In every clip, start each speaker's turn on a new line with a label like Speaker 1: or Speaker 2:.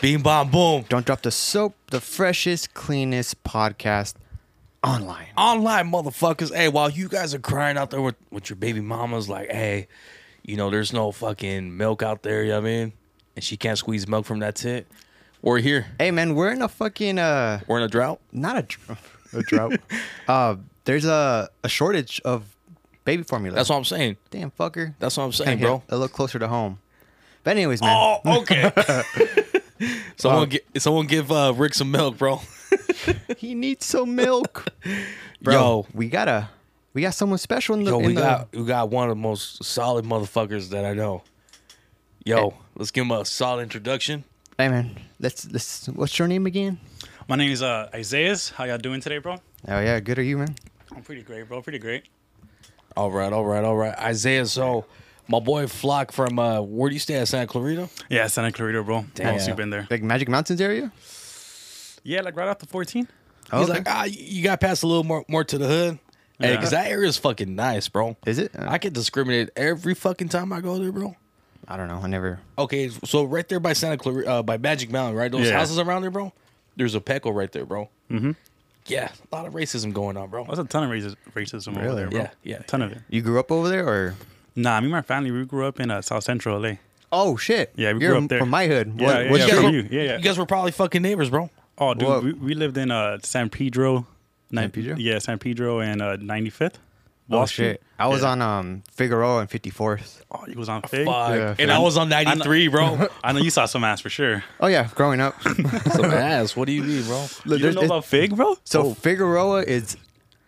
Speaker 1: Beam bomb boom.
Speaker 2: Don't drop the soap, the freshest, cleanest podcast online.
Speaker 1: Online motherfuckers. Hey, while you guys are crying out there with, with your baby mamas, like, hey, you know, there's no fucking milk out there, you know what I mean? And she can't squeeze milk from that tit. We're here.
Speaker 2: Hey man, we're in a fucking uh
Speaker 1: We're in a drought.
Speaker 2: not a, dr- a drought. uh there's a a shortage of baby formula.
Speaker 1: That's what I'm saying.
Speaker 2: damn fucker.
Speaker 1: That's what I'm saying,
Speaker 2: Kinda
Speaker 1: bro.
Speaker 2: hit A little closer to home. But anyways, man.
Speaker 1: Oh, okay. someone, gi- someone give uh, Rick some milk, bro.
Speaker 2: He needs some milk.
Speaker 1: Yo.
Speaker 2: we got to we got someone special in the
Speaker 1: Yo,
Speaker 2: in
Speaker 1: we
Speaker 2: the-
Speaker 1: got we got one of the most solid motherfuckers that I know. Yo, let's give him a solid introduction.
Speaker 2: Hey man, let's let's what's your name again?
Speaker 3: My name is uh, Isaiah. How y'all doing today, bro?
Speaker 2: Oh yeah, good are you, man?
Speaker 3: I'm pretty great, bro. Pretty great.
Speaker 1: All right, all right, all right. Isaiah, so my boy Flock from uh where do you stay at Santa Clarita?
Speaker 3: Yeah, Santa Clarita, bro.
Speaker 1: Damn.
Speaker 3: Damn. you been there.
Speaker 2: Like Magic Mountains area?
Speaker 3: Yeah, like right off the 14.
Speaker 2: Oh,
Speaker 1: He's
Speaker 2: okay.
Speaker 1: like, ah, you got past a little more more to the hood. Hey,
Speaker 3: Yeah.
Speaker 1: cause that area is fucking nice, bro.
Speaker 2: Is it?
Speaker 1: I can discriminate every fucking time I go there, bro.
Speaker 2: I don't know. I never
Speaker 1: Okay, so right there by Santa Clarita, uh, by Magic Mountain, right? Those
Speaker 3: Yeah.
Speaker 1: houses around there, bro. There's a Peco right there, bro. Mm-hmm. Yeah, a lot of racism going on, bro.
Speaker 3: There's a ton of raci- racism
Speaker 2: Really?
Speaker 3: over there, bro.
Speaker 1: Yeah, yeah,
Speaker 3: A ton of it.
Speaker 2: You grew up over there or
Speaker 3: Nah, me and my family, we grew up in uh, South Central LA.
Speaker 2: Oh shit!
Speaker 3: Yeah, we
Speaker 2: You're
Speaker 3: grew up there.
Speaker 2: from my hood.
Speaker 3: Yeah,
Speaker 2: What-
Speaker 3: yeah,
Speaker 2: what's
Speaker 3: yeah,
Speaker 2: your-
Speaker 3: from you. Yeah, yeah.
Speaker 1: You guys were probably fucking neighbors, bro.
Speaker 3: Oh, dude,
Speaker 2: What?
Speaker 3: we, we lived in uh, San Pedro. Ni-
Speaker 2: Pedro?
Speaker 3: Yeah, San Pedro and uh, 95th.
Speaker 2: Oh
Speaker 3: Wall Street.
Speaker 2: shit! I was
Speaker 3: Yeah.
Speaker 2: on um Figueroa and 54th.
Speaker 3: Oh, he was on Fig.
Speaker 1: Fuck.
Speaker 2: Yeah,
Speaker 1: and
Speaker 2: fam.
Speaker 1: I was on 93, bro.
Speaker 3: I know you saw some ass for sure.
Speaker 2: Oh yeah, growing up.
Speaker 1: Some ass. What do you mean, bro?
Speaker 3: You
Speaker 2: Look,
Speaker 3: don't
Speaker 2: there's-
Speaker 3: know about Oh. Fig, bro?
Speaker 2: so Figueroa is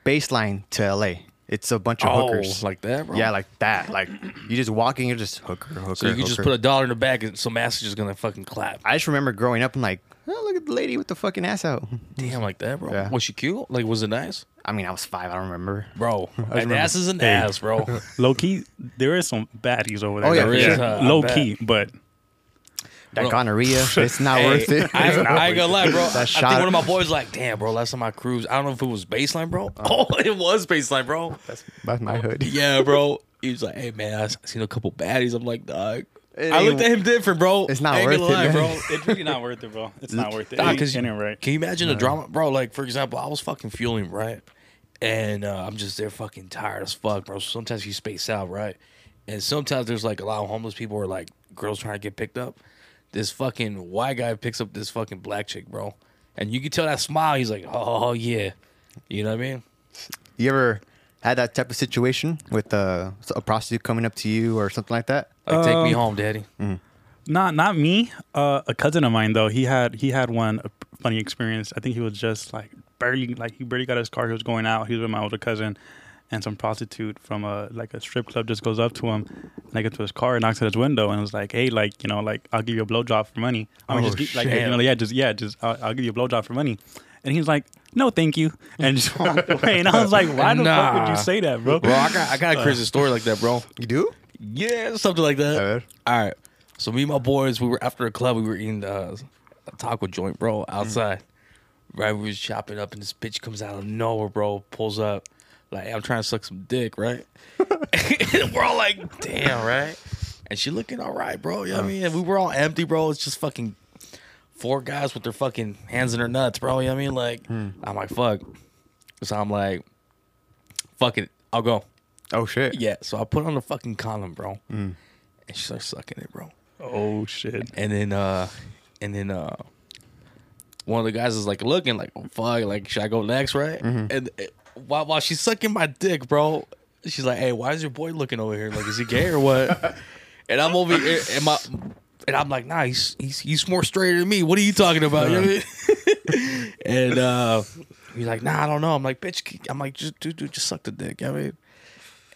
Speaker 2: baseline to LA. It's a bunch of
Speaker 3: Oh,
Speaker 2: hookers.
Speaker 1: Oh, like that, bro.
Speaker 2: yeah, like that. Like you just walking, you're just hooker, hooker.
Speaker 1: so you can just put a dollar in the bag and some ass is just gonna fucking clap.
Speaker 2: I just remember growing up and like, oh look at the lady with the fucking ass out.
Speaker 1: Damn, like that, bro.
Speaker 2: Yeah.
Speaker 1: Was she cute? Like, was it nice,
Speaker 2: I mean, I was five. I don't remember.
Speaker 1: bro? An ass is an ass, bro.
Speaker 3: Low key, there is some baddies over there.
Speaker 2: Oh, yeah,
Speaker 3: though.
Speaker 2: for
Speaker 1: sure. Yeah, I
Speaker 3: Low
Speaker 1: bet.
Speaker 3: key, but
Speaker 2: That
Speaker 1: Bro.
Speaker 2: gonorrhea, it's not
Speaker 1: Hey,
Speaker 2: worth it.
Speaker 1: I, I ain't gonna lie, bro. I think
Speaker 2: shot.
Speaker 1: one of my boys like, damn, bro. Last time I cruised, I don't know if it was baseline, bro.
Speaker 2: Uh.
Speaker 1: Oh, it was baseline, bro.
Speaker 2: That's
Speaker 3: Oh,
Speaker 2: my hood.
Speaker 1: Yeah, bro. He was like, hey man, I s- seen a couple baddies. I'm like, dog.
Speaker 2: It
Speaker 1: I looked
Speaker 2: ain't-
Speaker 1: at him different, bro.
Speaker 2: it's not
Speaker 1: I ain't
Speaker 2: worth
Speaker 1: gonna
Speaker 2: it,
Speaker 1: lie,
Speaker 2: man.
Speaker 1: bro.
Speaker 3: it's really not worth it, bro. It's not worth it.
Speaker 1: Nah,
Speaker 3: It
Speaker 1: 'cause
Speaker 3: ain't right.
Speaker 1: Can you imagine the drama, bro? Like for example, I was fucking fueling right, and uh, I'm just there fucking tired as fuck, bro. Sometimes you space out, right, and sometimes there's like a lot of homeless people or like girls trying to get picked up. This fucking white guy picks up this fucking black chick, bro, and you can tell that smile. He's like, oh yeah, you know what I mean?
Speaker 2: You ever had that type of situation with uh, a prostitute coming up to you or something like that?
Speaker 1: Like take me
Speaker 3: Um,
Speaker 1: home, daddy.
Speaker 3: Not not me. Uh, a cousin of mine though. He had he had one uh, funny experience. I think he was just like barely like he barely got his car. He was going out. He was with my older cousin, and some prostitute from a like a strip club just goes up to him, and I get to his car and knocks at his window and was like, "Hey, like you know, like I'll give you a blowjob for money. I mean,
Speaker 2: Oh,
Speaker 3: just gi- like
Speaker 2: shit.
Speaker 3: you know, yeah, just yeah, just I'll, I'll give you a blowjob for money." And he's like, "No, thank you," and just walked away. And I was like, "Why the fuck
Speaker 1: Nah.
Speaker 3: would you say that, bro?"
Speaker 1: Bro, I got I
Speaker 3: uh,
Speaker 1: got a crazy story like that, bro.
Speaker 2: You do?
Speaker 1: Yeah, something like that. All right. So me and my boys, we were after the club. We were eating uh, a taco joint, bro, outside. Right, we was chopping up, and this bitch comes out of nowhere, bro. Pulls up, like "Hey, I'm trying to suck some dick, right? and we're all like, damn, right? And she looking all right, bro. You know what I mean? And we were all empty, bro. It's just fucking four guys with their fucking hands in their nuts, bro. You know what I mean? Like, I'm like, fuck. So I'm like, fuck it, I'll go.
Speaker 2: Oh shit.
Speaker 1: Yeah, so I put on the fucking condom, bro. And she starts sucking it, bro.
Speaker 3: Oh shit!
Speaker 1: And then uh and then uh one of the guys is like looking like oh, fuck, like should I go next, right?
Speaker 2: Mm-hmm.
Speaker 1: And uh, while while she's sucking my dick, bro, she's like, Hey, why is your boy looking over here? Like, is he gay or what? and I'm over here and my and I'm like, nah, he's, he's he's more straight than me. What are you talking about? You
Speaker 2: Uh-huh.
Speaker 1: know what I mean? and uh he's like, nah, I don't know. I'm like, bitch, I'm like, just dude, dude, just suck the dick. You know what I mean,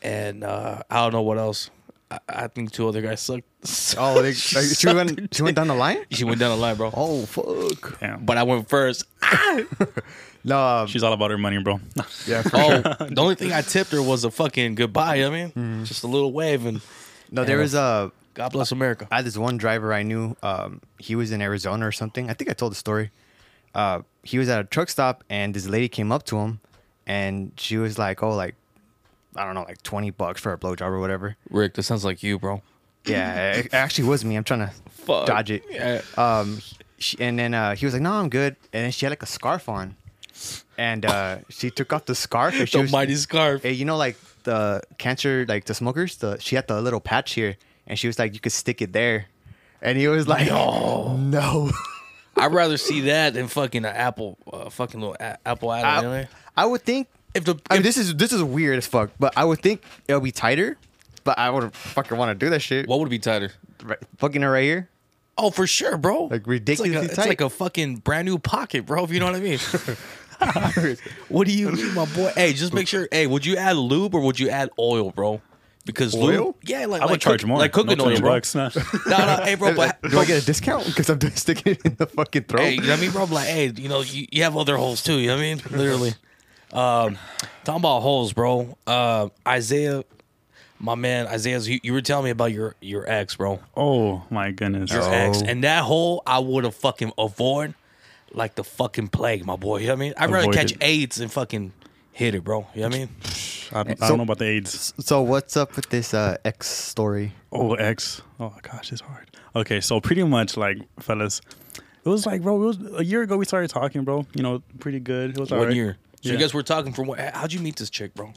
Speaker 1: and uh, I don't know what else. I, I think two other guys sucked.
Speaker 2: Oh, they, like, she
Speaker 1: sucked
Speaker 2: went
Speaker 1: the
Speaker 2: she went down the line.
Speaker 1: she went down the line, bro.
Speaker 2: Oh fuck.
Speaker 3: Damn.
Speaker 1: But I went first.
Speaker 2: No. um,
Speaker 3: She's all about her money, bro.
Speaker 2: yeah. For
Speaker 1: Oh,
Speaker 2: sure.
Speaker 1: the only thing I tipped her was a fucking goodbye. I mean, just a little wave and
Speaker 2: No, there was a.
Speaker 1: God bless America.
Speaker 2: I had this one driver I knew. Um, he was in Arizona or something. I think I told the story. Uh, he was at a truck stop and this lady came up to him, and she was like, "Oh, like, I don't know, like twenty bucks for a blowjob or whatever."
Speaker 1: Rick, that sounds like you, bro.
Speaker 2: Yeah, it actually was me. I'm trying to
Speaker 1: Fuck.
Speaker 2: dodge it.
Speaker 1: Yeah.
Speaker 2: Um, she, and then uh, he was like, "No, I'm good." And then she had like a scarf on, and uh, she took off the scarf. And she
Speaker 1: The
Speaker 2: was,
Speaker 1: mighty scarf.
Speaker 2: Hey, you know, like the cancer, like the smokers. The she had the little patch here, and she was like, "You could stick it there," and he was like, "Oh no."
Speaker 1: I'd rather see that than fucking an apple, uh, fucking little a- apple island. in
Speaker 2: I,
Speaker 1: there.
Speaker 2: I would think
Speaker 1: If the
Speaker 2: I mean,
Speaker 1: if-
Speaker 2: this is this is weird as fuck, but I would think it'll be tighter. But I would fucking want to do that shit.
Speaker 1: what would be tighter?
Speaker 2: Right, fucking it right here.
Speaker 1: Oh, for sure, bro.
Speaker 2: Like,
Speaker 1: it's like
Speaker 2: ridiculously
Speaker 1: a,
Speaker 2: tight.
Speaker 1: It's like a fucking brand new pocket, bro. If you know what I mean. what do you mean, my boy? Hey, just make sure. Hey, would you add lube or would you add oil, bro? Because
Speaker 2: Oil?
Speaker 1: lube, yeah, like
Speaker 3: I would
Speaker 1: like
Speaker 3: charge
Speaker 1: cook-
Speaker 3: more.
Speaker 1: like cooking
Speaker 3: no
Speaker 1: oil,
Speaker 3: 20
Speaker 1: bro.
Speaker 3: bucks, no.
Speaker 1: No, no, hey, bro, but
Speaker 2: Do I get a discount because I'm just sticking it in the fucking throat?
Speaker 1: hey, you know what I mean, bro? I'm like, hey, you know, you, you have other holes too. You know what I mean? Literally. Um, talking about holes, bro. Uh, Isaiah, my man, Isaiah, you, you were telling me about your your ex, bro.
Speaker 3: Oh my goodness.
Speaker 1: Your
Speaker 2: Oh.
Speaker 1: ex, and that hole I would have fucking avoid like the fucking plague, my boy. You know what I mean? I'd rather
Speaker 3: Avoid
Speaker 1: catch
Speaker 3: it.
Speaker 1: AIDS and fucking hit it, bro. You know what I mean?
Speaker 3: I, don't- I
Speaker 2: So-
Speaker 3: don't know about the AIDS.
Speaker 2: So what's up with this uh, X story?
Speaker 3: Oh, X. Oh gosh, it's hard. Okay, so pretty much like fellas, it was like bro, it was a year ago we started talking, bro. You know, pretty good. It was
Speaker 1: One
Speaker 3: alright.
Speaker 1: year. So
Speaker 3: Yeah.
Speaker 1: you guys were talking for what? How'd you meet this chick, bro?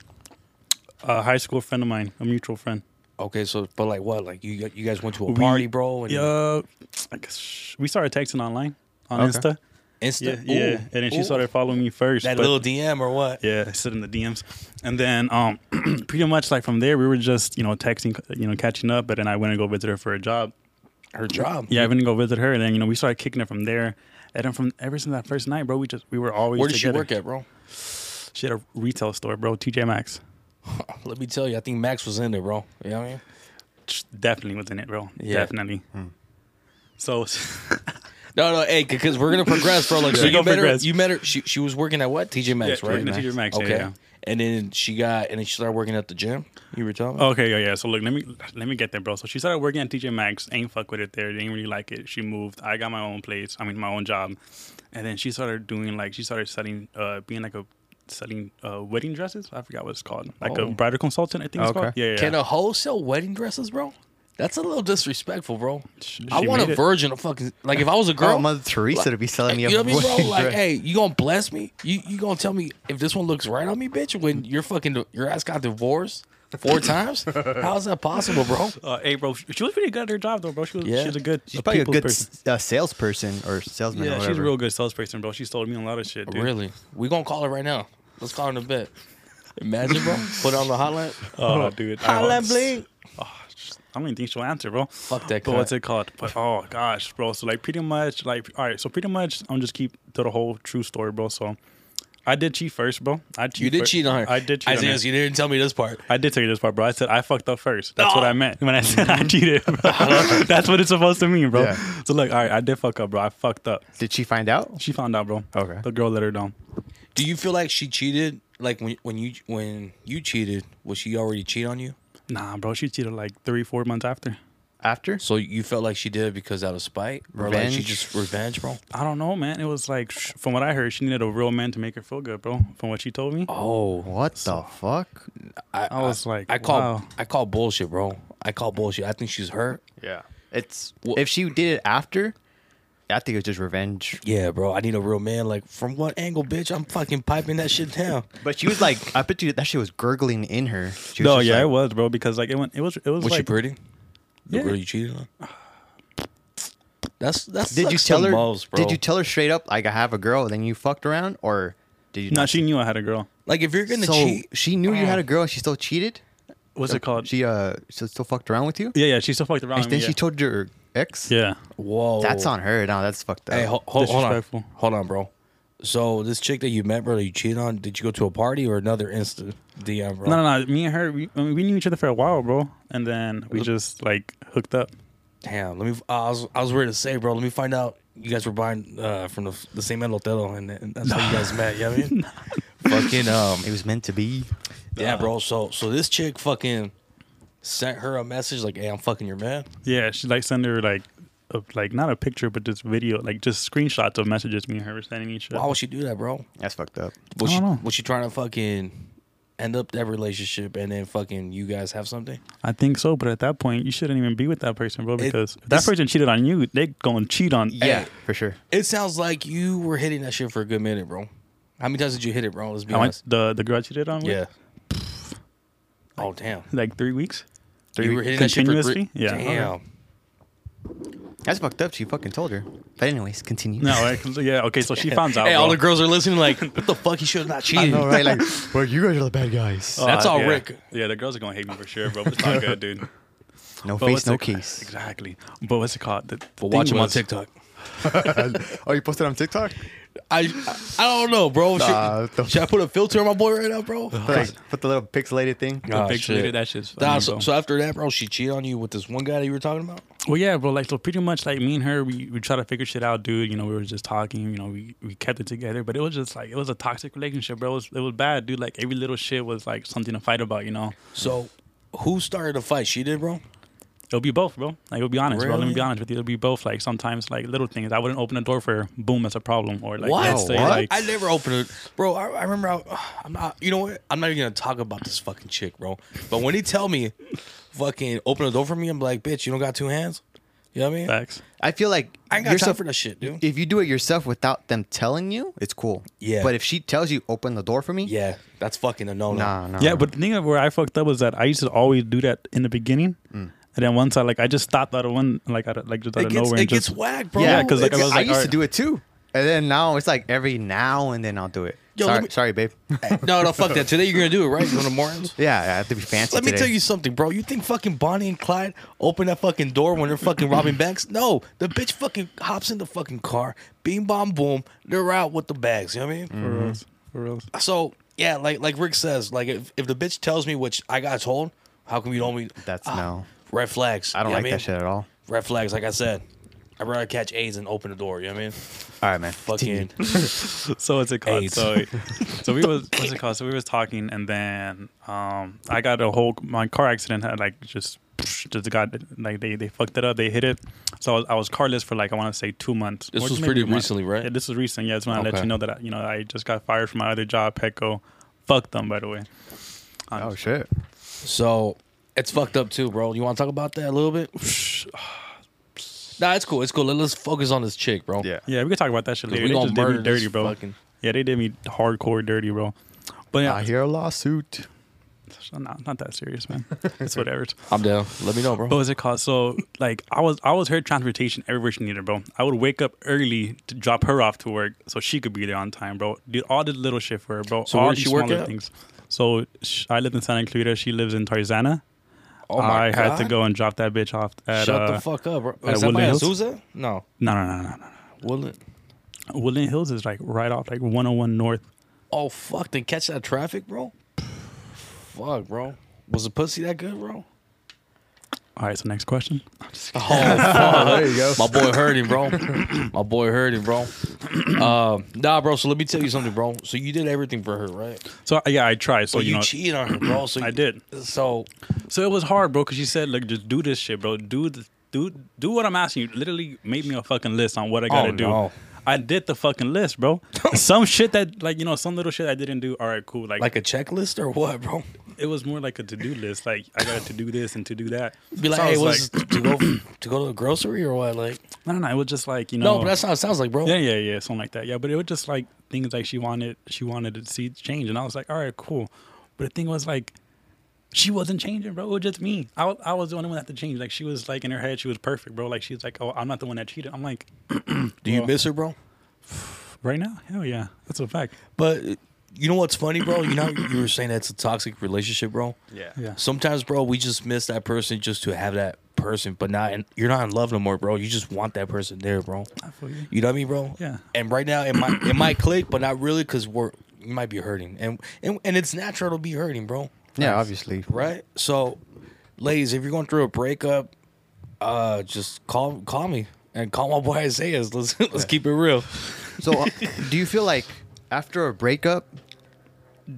Speaker 3: a high school friend of mine, a mutual friend.
Speaker 1: Okay, so but like what? Like you you guys went to a party, bro? And
Speaker 3: Yeah, I guess we started texting online on
Speaker 2: Okay.
Speaker 3: Insta. Yeah,
Speaker 1: Insta.
Speaker 3: yeah,
Speaker 1: Ooh,
Speaker 3: and then she
Speaker 1: ooh.
Speaker 3: started following me first.
Speaker 1: that
Speaker 3: but-
Speaker 1: little DM or what?
Speaker 3: Yeah, sit in the DMs, and then um, pretty much like from there we were just you know texting, you know catching up. But then I went and go visit her for a job.
Speaker 1: Her job.
Speaker 3: Yeah, I went and go visit her, and then you know we started kicking it from there. And then from ever since that first night, bro, we just we were always.
Speaker 1: Where did she
Speaker 3: together.
Speaker 1: work at, bro?
Speaker 3: She had a retail store, bro. TJ Maxx
Speaker 1: Let me tell you, I think Max was in there, bro. You know what I mean?
Speaker 3: definitely was in it, bro.
Speaker 1: Yeah. Hmm.
Speaker 3: Definitely. So
Speaker 1: No, no, hey, because we're gonna progress, bro. Like, so
Speaker 3: We're
Speaker 1: you
Speaker 3: gonna
Speaker 1: met
Speaker 3: progress.
Speaker 1: her. You met her. She, she was working at what? TJ Maxx,
Speaker 3: Yeah,
Speaker 1: right?
Speaker 3: working at TJ Maxx, yeah,
Speaker 1: Okay.
Speaker 3: yeah.
Speaker 1: And then she got, and then she started working at the gym. You were telling me.
Speaker 3: Okay, yeah, yeah. So look, let me let me get there, bro. So she started working at TJ Maxx. Ain't fuck with it there. Didn't really like it. She moved. I got my own place. I mean, my own job. And then she started doing like she started selling, uh, being like a selling uh wedding dresses. I forgot what it's called. Like
Speaker 1: Oh.
Speaker 3: a bridal consultant. I think it's
Speaker 2: Okay.
Speaker 3: called. Yeah, yeah.
Speaker 1: Can a hoe sell wedding dresses, bro? That's a little disrespectful, bro.
Speaker 3: She-
Speaker 1: I
Speaker 3: she
Speaker 1: want
Speaker 3: made
Speaker 1: a
Speaker 3: it.
Speaker 1: virgin to fucking like if I was a
Speaker 2: Girl,
Speaker 1: girl.
Speaker 2: oh, Mother Teresa
Speaker 1: like- eh,
Speaker 2: to be selling me
Speaker 1: you
Speaker 2: a
Speaker 1: know what I mean, bro?
Speaker 2: wedding
Speaker 1: Like, eh,
Speaker 2: dress.
Speaker 1: hey, you gonna bless me? You you gonna tell me if this one looks right on me, bitch? When your fucking your ass got divorced four times? How is that possible, bro?
Speaker 3: Uh, hey, bro. She, she was pretty good at her job, though, bro. She was.
Speaker 1: Yeah.
Speaker 3: She's a good.
Speaker 2: She's probably a
Speaker 3: people's
Speaker 2: good
Speaker 3: person.
Speaker 2: s- uh, salesperson or salesman. or
Speaker 3: Yeah, she's a
Speaker 2: whatever.
Speaker 3: real good salesperson, bro. She sold me a lot of shit, dude.
Speaker 1: Really? We gonna call her right now. Let's call her in a bit. Imagine, bro. Put her on the hotline.
Speaker 3: Oh, dude. I-
Speaker 1: Hotline bling.
Speaker 3: I don't even think she'll answer, bro. Fuck
Speaker 1: that
Speaker 3: But what's
Speaker 1: cunt.
Speaker 3: it called? But oh gosh, bro. So like pretty much like all right. So pretty much I'm just keep to the whole true story, bro. So I did cheat first, bro. I cheat
Speaker 1: You did
Speaker 3: fir-
Speaker 1: cheat on her.
Speaker 3: I did cheat. on
Speaker 1: Isaiah,
Speaker 3: her.
Speaker 1: you didn't tell me this part.
Speaker 3: I did tell you this part, bro. I said I fucked up first. That's what
Speaker 1: Oh.
Speaker 3: I meant when I said I cheated. Bro. That's what it's supposed to mean, bro.
Speaker 2: Yeah.
Speaker 3: So look, all right, I did fuck up, bro. I fucked up.
Speaker 2: Did she find out?
Speaker 3: She found out, bro.
Speaker 2: Okay.
Speaker 3: The girl let her down.
Speaker 1: Do you feel like she cheated? Like when when you when you cheated, was she already cheat on you?
Speaker 3: Nah, bro. She cheated like three, four months after.
Speaker 2: After?
Speaker 1: So you felt like she did because out of spite, or like she
Speaker 2: Revenge.
Speaker 1: just revenge, bro.
Speaker 3: I don't know, man. It was like sh- from what I heard, she needed a real man to make her feel good, bro. From what she told me,
Speaker 1: Oh,
Speaker 2: What the fuck?
Speaker 1: I,
Speaker 3: I was like,
Speaker 1: I call
Speaker 3: wow.
Speaker 1: I call bullshit, bro. I call bullshit. I think she's hurt.
Speaker 2: Yeah. It's
Speaker 1: Well-
Speaker 2: if she did it after, I think it was just revenge.
Speaker 1: Yeah, bro. I need a real man. Like from what angle, bitch? I'm fucking piping that shit down.
Speaker 2: But she was like, I bet you that shit was gurgling in her. She was
Speaker 3: No,
Speaker 2: just
Speaker 3: yeah,
Speaker 2: like,
Speaker 3: it was, bro. Because like it went, it was, it was,
Speaker 1: Was
Speaker 3: like,
Speaker 1: she pretty? The
Speaker 3: Yeah.
Speaker 1: girl you cheated on. That's that's.
Speaker 2: Did you tell her?
Speaker 1: Most, bro.
Speaker 2: Did you tell her straight up like I have a girl? Then you fucked around, or did you?
Speaker 3: No,
Speaker 2: not
Speaker 3: she knew I had a girl.
Speaker 1: like if you're gonna
Speaker 2: so
Speaker 1: cheat?
Speaker 2: she knew you had a girl. and She still cheated.
Speaker 3: What's it called?
Speaker 2: She uh, so still fucked around with you.
Speaker 3: yeah, yeah. She still fucked around.
Speaker 2: And
Speaker 3: with
Speaker 2: then
Speaker 3: me,
Speaker 2: she told your ex.
Speaker 3: yeah. yeah.
Speaker 1: Whoa,
Speaker 2: That's on her. No, that's fucked up.
Speaker 1: Hey, ho- ho- hold on,
Speaker 3: Disrespectful.
Speaker 1: hold on, bro. So this chick that you met, bro, that you cheated on, did you go to a party or another Insta DM, bro?
Speaker 3: No, no, no. Me and her, we, I mean, we knew each other for a while, bro. And then we just like hooked up.
Speaker 1: Damn, let me. I was I was ready to say, bro. Let me find out. You guys were buying uh, from the, the same El Otelo, and, and that's how you guys met. You know what I mean? fucking um,
Speaker 2: it was meant to be.
Speaker 1: yeah, bro. So so this chick fucking sent her a message like, "Hey, I'm fucking your man."
Speaker 3: Yeah, she like sent her like, a, like not a picture, but just video, like just screenshots of messages me and her were sending each other.
Speaker 1: Why would she do that, bro?
Speaker 2: That's fucked up.
Speaker 1: Was
Speaker 3: I
Speaker 1: she
Speaker 3: don't know.
Speaker 1: was she trying to fucking end up that relationship and then fucking you guys have something?
Speaker 3: I think so, but at that point, you shouldn't even be with that person, bro, because if that
Speaker 1: it's-
Speaker 3: person cheated on you, they going to cheat on
Speaker 2: Yeah, for sure.
Speaker 1: It sounds like you were hitting that shit for a good minute, bro. How many times did you hit it, bro? Let's be
Speaker 3: How much-
Speaker 1: honest.
Speaker 3: the the girl I cheated on with?
Speaker 1: Yeah. Oh damn.
Speaker 3: like three weeks.
Speaker 1: you were hitting that shit for three.
Speaker 3: Continuously? Yeah.
Speaker 1: Damn.
Speaker 2: That's fucked up. She fucking told her. But anyways, continue.
Speaker 3: No, right? 'Cause, yeah, okay. So she found out.
Speaker 1: Hey, all
Speaker 3: bro.
Speaker 1: the girls are listening. Like, what the fuck? He should have not
Speaker 2: I
Speaker 1: cheated.
Speaker 2: know, right? Like, well, you guys are the bad guys.
Speaker 3: Oh,
Speaker 1: That's all
Speaker 3: yeah.
Speaker 1: Rick.
Speaker 3: Yeah, the girls are gonna hate me for sure, bro. But it's not good, dude.
Speaker 2: no
Speaker 3: But
Speaker 2: face,
Speaker 3: what's
Speaker 2: no
Speaker 3: it-
Speaker 2: case.
Speaker 3: Exactly. But what's it called? The
Speaker 1: But
Speaker 3: thing
Speaker 1: watch him on
Speaker 3: was-
Speaker 1: TikTok.
Speaker 2: oh, you posted on TikTok?
Speaker 1: I I don't know, bro. Should,
Speaker 2: Nah, don't-
Speaker 1: should I put a filter on my boy right now, bro?
Speaker 2: Put, like, put the little pixelated thing.
Speaker 1: Ah,
Speaker 3: big
Speaker 1: shit.
Speaker 3: shit. That shit's funny,
Speaker 1: Nah, so,
Speaker 3: bro.
Speaker 1: so after that, bro, she cheated on you with this one guy that you were talking about.
Speaker 3: Well, yeah, bro. Like, so pretty much, like me and her, we we try to figure shit out, dude. You know, we were just talking. You know, we we kept it together, but it was just like it was a toxic relationship, bro. It was it was bad, dude. Like every little shit was like something to fight about. You know,
Speaker 1: So who started the fight? She did, bro.
Speaker 3: it'll be both, bro. Like it'll be honest, bro. Let me
Speaker 1: Really?
Speaker 3: be honest with you. It'll be both. Like sometimes, like little things. I wouldn't open the door for her. Boom, that's a problem. Or like let's say,
Speaker 2: What?
Speaker 3: like
Speaker 1: I never opened it, bro. I, I remember. I, I'm not. You know what? I'm not even gonna talk about this fucking chick, bro. But when he tell me, fucking open the door for me, I'm like, bitch, you don't got two hands. You know what I mean?
Speaker 3: facts.
Speaker 2: I feel like
Speaker 1: I ain't got time for that shit, dude.
Speaker 2: If you do it yourself without them telling you, it's cool.
Speaker 1: Yeah.
Speaker 2: But if she tells you, open the door for me,
Speaker 1: Yeah, that's fucking a no no.
Speaker 2: nah, nah.
Speaker 3: Yeah,
Speaker 2: nah.
Speaker 3: but the thing of where I fucked up was that I used to always do that in the beginning, and then once I like I just stopped out of one like out of, like just out
Speaker 1: Mm. It
Speaker 3: of
Speaker 1: gets it
Speaker 3: nowhere. and
Speaker 1: gets
Speaker 3: just,
Speaker 1: whacked, bro.
Speaker 3: Yeah, 'cause, like, I
Speaker 1: It's-
Speaker 3: was
Speaker 2: I
Speaker 3: like,
Speaker 2: used to
Speaker 3: alright.
Speaker 2: do it too, and then now it's like every now and then I'll do it.
Speaker 1: Yo, let
Speaker 2: sorry,
Speaker 1: me-
Speaker 2: sorry, babe. yeah,
Speaker 1: no, no, fuck that. Today you're gonna do it, right? You want to Martins?
Speaker 2: I have to be fancy.
Speaker 1: Let me
Speaker 2: today.
Speaker 1: tell you something, bro. You think fucking Bonnie and Clyde open that fucking door when they're fucking robbing banks? No, the bitch fucking hops in the fucking car, beam bomb boom, they're out with the bags. You know what I mean?
Speaker 3: for reals, for reals.
Speaker 1: So yeah, like like Rick says, like if, if the bitch tells me which I got told, how come you don't me?
Speaker 2: That's
Speaker 1: Ah,
Speaker 2: no.
Speaker 1: red flags.
Speaker 2: I don't
Speaker 1: you know
Speaker 2: like
Speaker 1: what
Speaker 2: that shit at all.
Speaker 1: Red flags, like I said. I'd rather catch AIDS and open the door. You know what I mean?
Speaker 2: All right, man.
Speaker 1: Fucking
Speaker 3: so what's it called?
Speaker 1: AIDS.
Speaker 3: So, so we was what's it called? So we was talking, and then um, I got a whole my car accident had like just just got like they they fucked it up. They hit it. So I was, I was carless for like I want to say two months.
Speaker 1: This
Speaker 3: Or
Speaker 1: was
Speaker 3: maybe
Speaker 1: pretty
Speaker 3: a month.
Speaker 1: recently, right?
Speaker 3: Yeah, this was recent. Yeah, that's when I
Speaker 1: Okay.
Speaker 3: let you know that I, you know I just got fired from my other job, Petco. Fuck them, by the way. Um,
Speaker 2: Oh shit.
Speaker 1: So it's fucked up too, bro. You want to talk about that a little bit? nah, it's cool. It's cool. Let- Let's focus on this chick, bro.
Speaker 2: Yeah.
Speaker 3: Yeah, we can talk about that shit
Speaker 1: Dude,
Speaker 3: later.
Speaker 1: we
Speaker 3: They
Speaker 1: gonna
Speaker 3: just did me
Speaker 1: murder this
Speaker 3: dirty, bro.
Speaker 1: fucking-
Speaker 3: Yeah, they did me hardcore dirty, bro. But yeah,
Speaker 2: I hear a lawsuit.
Speaker 3: not, not that serious, man. it's whatever.
Speaker 1: I'm down. Let me know, bro.
Speaker 3: What was it called? So like I was I was her transportation everywhere she needed, bro. I would wake up early to drop her off to work so she could be there on time, bro. Did all the little shit for her, bro.
Speaker 1: So
Speaker 3: all
Speaker 1: where did
Speaker 3: these
Speaker 1: she work
Speaker 3: smaller
Speaker 1: at?
Speaker 3: things. So sh- I live in Santa Clarita. She lives in Tarzana.
Speaker 1: oh
Speaker 3: I had to go and drop that bitch off at
Speaker 1: Shut
Speaker 3: uh,
Speaker 1: the fuck up, bro.
Speaker 3: at
Speaker 1: Is that by
Speaker 3: Woodland Hills?
Speaker 1: Azusa? No.
Speaker 3: no no no no no.
Speaker 1: Woodland.
Speaker 3: Woodland Hills is like right off like 101 North.
Speaker 1: Oh fuck! Then catch that traffic, bro. fuck, bro. Was the pussy that good, bro?
Speaker 3: All right, so next question.
Speaker 1: Oh,
Speaker 2: there you go.
Speaker 1: fuck. my boy heard him, bro. My boy heard him, bro. Um, nah, bro. So let me tell you something, bro. So you did everything for her, right?
Speaker 3: So yeah, I tried. So
Speaker 1: But
Speaker 3: you,
Speaker 1: Oh, you,
Speaker 3: know,
Speaker 1: cheated on her, bro. So
Speaker 3: I
Speaker 1: you-
Speaker 3: did.
Speaker 1: So
Speaker 3: So it was hard, bro, because she said, "Look, just do this shit, bro. Do the, do do what I'm asking you." Literally made me a fucking list on what I gotta
Speaker 1: Oh,
Speaker 3: do.
Speaker 1: no.
Speaker 3: I did the fucking list, bro. some shit that, like, you know, some little shit I didn't do. All right, cool. Like,
Speaker 1: like a checklist or what, bro?
Speaker 3: it was more like a to do list. Like, I got to do this and to do that.
Speaker 1: Be like,
Speaker 3: So I
Speaker 1: hey,
Speaker 3: was
Speaker 1: what's to go to go to the grocery or what? Like,
Speaker 3: like, no, no, no. It was just like, you know,
Speaker 1: no, but that's not what it sounds like, bro.
Speaker 3: yeah, yeah, yeah, something like that. Yeah, but it was just like things like she wanted, she wanted to see change, and I was like, all right, cool. But the thing was like, she wasn't changing, bro. It was just me. I, wa- I was the only one that had to change. Like she was like in her head, she was perfect, bro. Like she's like, oh, I'm not the one that cheated. I'm like,
Speaker 1: Do you
Speaker 3: Well-
Speaker 1: miss her, bro?
Speaker 3: right now, hell yeah, that's a fact.
Speaker 1: But uh, you know what's funny, bro? You know, how you were saying that's a toxic relationship, bro.
Speaker 3: Yeah,
Speaker 1: Sometimes, bro, we just miss that person just to have that person, but not in, you're not in love no more, bro. You just want that person there, bro.
Speaker 3: I feel you.
Speaker 1: You know what I mean, bro?
Speaker 3: Yeah.
Speaker 1: And right now, it might it might click, but not really, cause we're you might be hurting, and and and it's natural to be hurting, bro.
Speaker 2: Yeah, obviously.
Speaker 1: Right. So, ladies, if you're going through a breakup, uh, just call call me and call my boy Isaiah. Let's let's keep it real.
Speaker 2: So, uh, do you feel like after a breakup,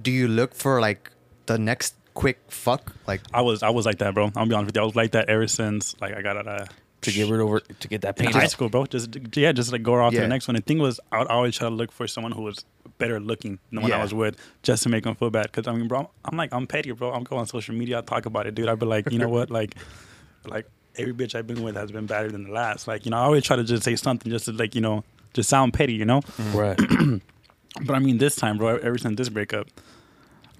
Speaker 2: do you look for like the next quick fuck? Like,
Speaker 3: I was I was like that, bro. I'll be honest with you. I was like that ever since like I got out of
Speaker 1: to get rid over to get that
Speaker 3: in
Speaker 1: pain.
Speaker 3: high
Speaker 1: out.
Speaker 3: school, bro. Just yeah, just like go off to
Speaker 2: Yeah.
Speaker 3: the next one. The thing was, I would always try to look for someone who was better looking than the one I
Speaker 2: Yeah.
Speaker 3: was with, just to make them feel bad. Because I mean, bro, I'm like, I'm petty, bro. I'm going on social media, I talk about it, dude. I'd be like, you know what, like, like every bitch I've been with has been better than the last. Like, you know, I always try to just say something, just to like, you know, just sound petty, you know.
Speaker 2: Mm-hmm.
Speaker 1: Right.
Speaker 3: But I mean, this time, bro, ever since this breakup,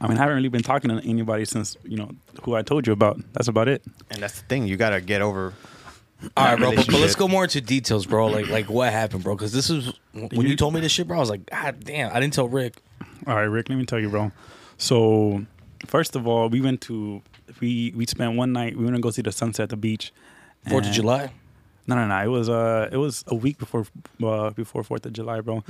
Speaker 3: I mean, I haven't really been talking to anybody since you know who I told you about. That's about it.
Speaker 2: and that's the thing. You gotta get over.
Speaker 1: All right, bro. But, but let's
Speaker 2: relationship.
Speaker 1: go more into details, bro. Like, like what happened, bro? Because this is when you,
Speaker 3: You-
Speaker 1: told me this shit, bro. I was like, God damn, I didn't tell Rick.
Speaker 3: All right, Rick, let me tell you, bro. So, first of all, we went to we we spent one night. We went to go see the sunset at the beach.
Speaker 1: Fourth of
Speaker 3: And-
Speaker 1: July.
Speaker 3: No, no, no. It was uh, it was a week before uh, before Fourth of July, bro.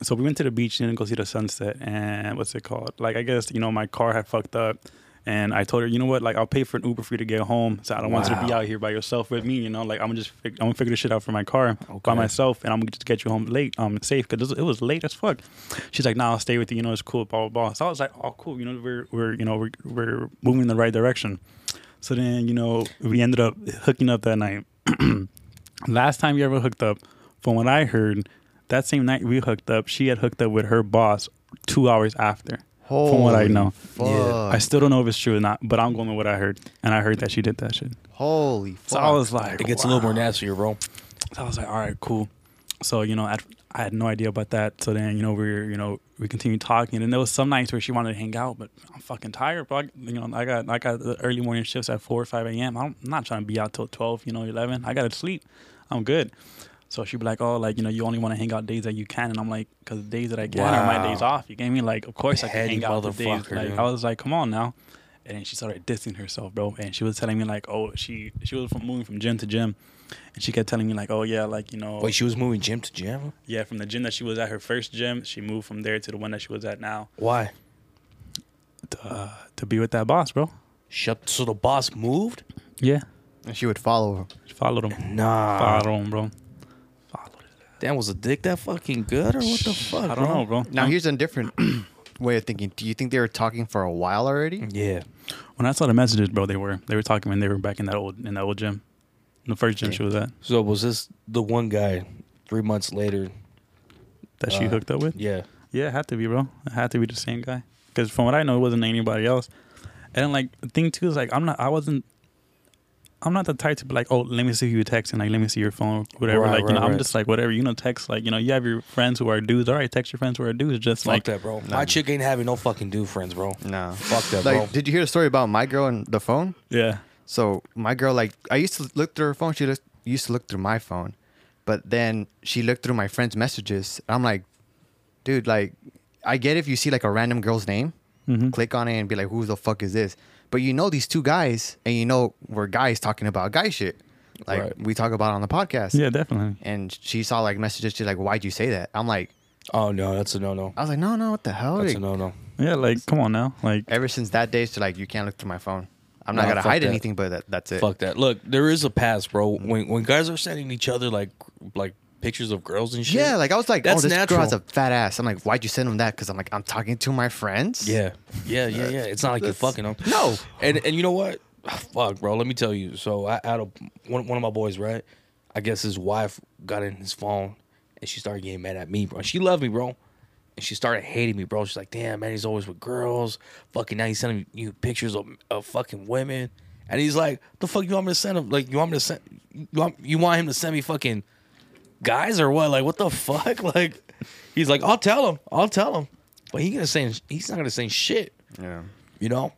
Speaker 3: So we went to the beach and then go see the sunset. And what's it called? Like, I guess you know my car had fucked up, and I told her, you know what? Like, I'll pay for an Uber for you to get home. So I don't want you to be
Speaker 1: Wow.
Speaker 3: out here by yourself with me. You know, like I'm just fig- I'm gonna figure this shit out for my car
Speaker 1: Okay.
Speaker 3: by myself, and I'm gonna just get you home late, um, safe because it was late as fuck. She's like, nah, I'll stay with you. You know, it's cool, blah blah blah. So I was like, oh, cool. You know, we're we're you know we're we're moving in the right direction. So then, you know, we ended up hooking up that night. Last time you ever hooked up, from what I heard, that same night we hooked up, she had hooked up with her boss two hours after. from what I
Speaker 2: Holy
Speaker 3: know.
Speaker 2: Fuck.
Speaker 1: Yeah.
Speaker 3: I still don't know if it's true or not, but I'm going with what I heard. And I heard that she did that shit.
Speaker 2: Holy fuck.
Speaker 3: So I was like,
Speaker 1: It gets a
Speaker 3: wow.
Speaker 1: little more nastier, bro.
Speaker 3: So I was like, all right, cool. So you know, I, I had no idea about that. So then you know, we are you know we continued talking, and there was some nights where she wanted to hang out, but I'm fucking tired, bro. I- you know, I got I got the early morning shifts at four or five a.m. I'm not trying to be out till twelve, you know, eleven. I gotta sleep. I'm good. So she'd be like, oh, like you know, you only want to hang out days that you can, and I'm like, because the days that I can are my
Speaker 1: Wow.
Speaker 3: days off. You get me? Like, of course I can
Speaker 1: Petty
Speaker 3: hang out the days.
Speaker 1: motherfucker,
Speaker 3: Like,
Speaker 1: dude.
Speaker 3: I was like, come on now. And then she started dissing herself, bro. And she was telling me like, oh, she she was from, moving from gym to gym, and she kept telling me like, oh yeah, like you know,
Speaker 1: Wait, she was moving gym to gym.
Speaker 3: yeah, from the gym that she was at her first gym, she moved from there to the one that she was at now
Speaker 1: Why?
Speaker 3: to, uh, to be with that boss, bro.
Speaker 1: Shut. So the boss moved.
Speaker 3: Yeah,
Speaker 2: and she would follow him.
Speaker 3: she followed him,
Speaker 1: Nah.
Speaker 3: followed him, bro. Followed him.
Speaker 1: Damn, was the dick that fucking good or what the fuck?
Speaker 3: I don't know, bro.
Speaker 2: Now here's a different way of thinking. Do you think they were talking for a while already?
Speaker 1: Yeah.
Speaker 3: When I saw the messages, bro, they were they were talking when they were back in that old in that old gym, the first gym she was at
Speaker 1: So was this the one guy? Three months later.
Speaker 3: that she
Speaker 1: Uh,
Speaker 3: hooked up with.
Speaker 1: Yeah.
Speaker 3: Yeah, it had to be, bro. It had to be the same guy. Because from what I know, it wasn't anybody else. And then, like, the thing too is like, I'm not, I wasn't, I'm not the type to be like, oh, let me see who you texting, like, let me see your phone, whatever.
Speaker 1: Right,
Speaker 3: like, you
Speaker 1: right,
Speaker 3: know,
Speaker 1: right.
Speaker 3: I'm just like, whatever. You know, text like, you know, you have your friends who are dudes. All right, text your friends who are dudes. Just
Speaker 1: Fuck
Speaker 3: like
Speaker 1: that, bro. My chick ain't having no fucking dude friends, bro.
Speaker 2: No.
Speaker 1: Fuck that,
Speaker 2: Like,
Speaker 1: bro.
Speaker 2: did you hear the story about my girl and the phone?
Speaker 3: Yeah.
Speaker 2: So my girl, like, I used to look through her phone. She looked, used to look through my phone, but then she looked through my friend's messages. I'm like, dude, like, I get if you see like a random girl's name,
Speaker 1: Mm-hmm.
Speaker 2: click on it and be like, who the fuck is this? But you know these two guys, and you know we're guys talking about guy shit, like
Speaker 1: Right.
Speaker 2: we talk about on the podcast.
Speaker 3: Yeah, definitely.
Speaker 2: And she saw like messages. She's like, why'd you say that? I'm like,
Speaker 1: oh no, that's a no no.
Speaker 2: I was like, no, no, what the hell?
Speaker 1: That's
Speaker 2: Like,
Speaker 1: a no no.
Speaker 3: Yeah, like, come on now. Like,
Speaker 2: Ever since that day, she's like, you can't look through my phone. I'm not
Speaker 1: Nah,
Speaker 2: gonna
Speaker 1: fuck
Speaker 2: hide
Speaker 1: that.
Speaker 2: anything, but that, that's it.
Speaker 1: Fuck that. Look, there is a past, bro. When when guys are sending each other like like pictures of girls and shit.
Speaker 2: Yeah, like I was like,
Speaker 1: That's
Speaker 2: oh, this
Speaker 1: natural.
Speaker 2: girl has a fat ass. I'm like, why'd you send him that? Because I'm like, I'm talking to my friends.
Speaker 1: Yeah, yeah, yeah, yeah. It's not like you're
Speaker 2: That's-
Speaker 1: fucking them.
Speaker 2: No.
Speaker 1: and and you know what? Ah, Fuck, bro. Let me tell you. So I had a one, one of my boys, right? I guess his wife got in his phone, and she started getting mad at me, bro. She loved me, bro, and she started hating me, bro. She's like, "Damn, man, he's always with girls. Fucking now he's sending you pictures of, of fucking women." And he's like, "The fuck you want me to send him? Like you want me to send? You want you want him to send me fucking guys or what? Like, what the fuck? Like, he's like, I'll tell him, I'll tell him, but he gonna say he's not gonna say shit,
Speaker 2: Yeah.
Speaker 1: you know.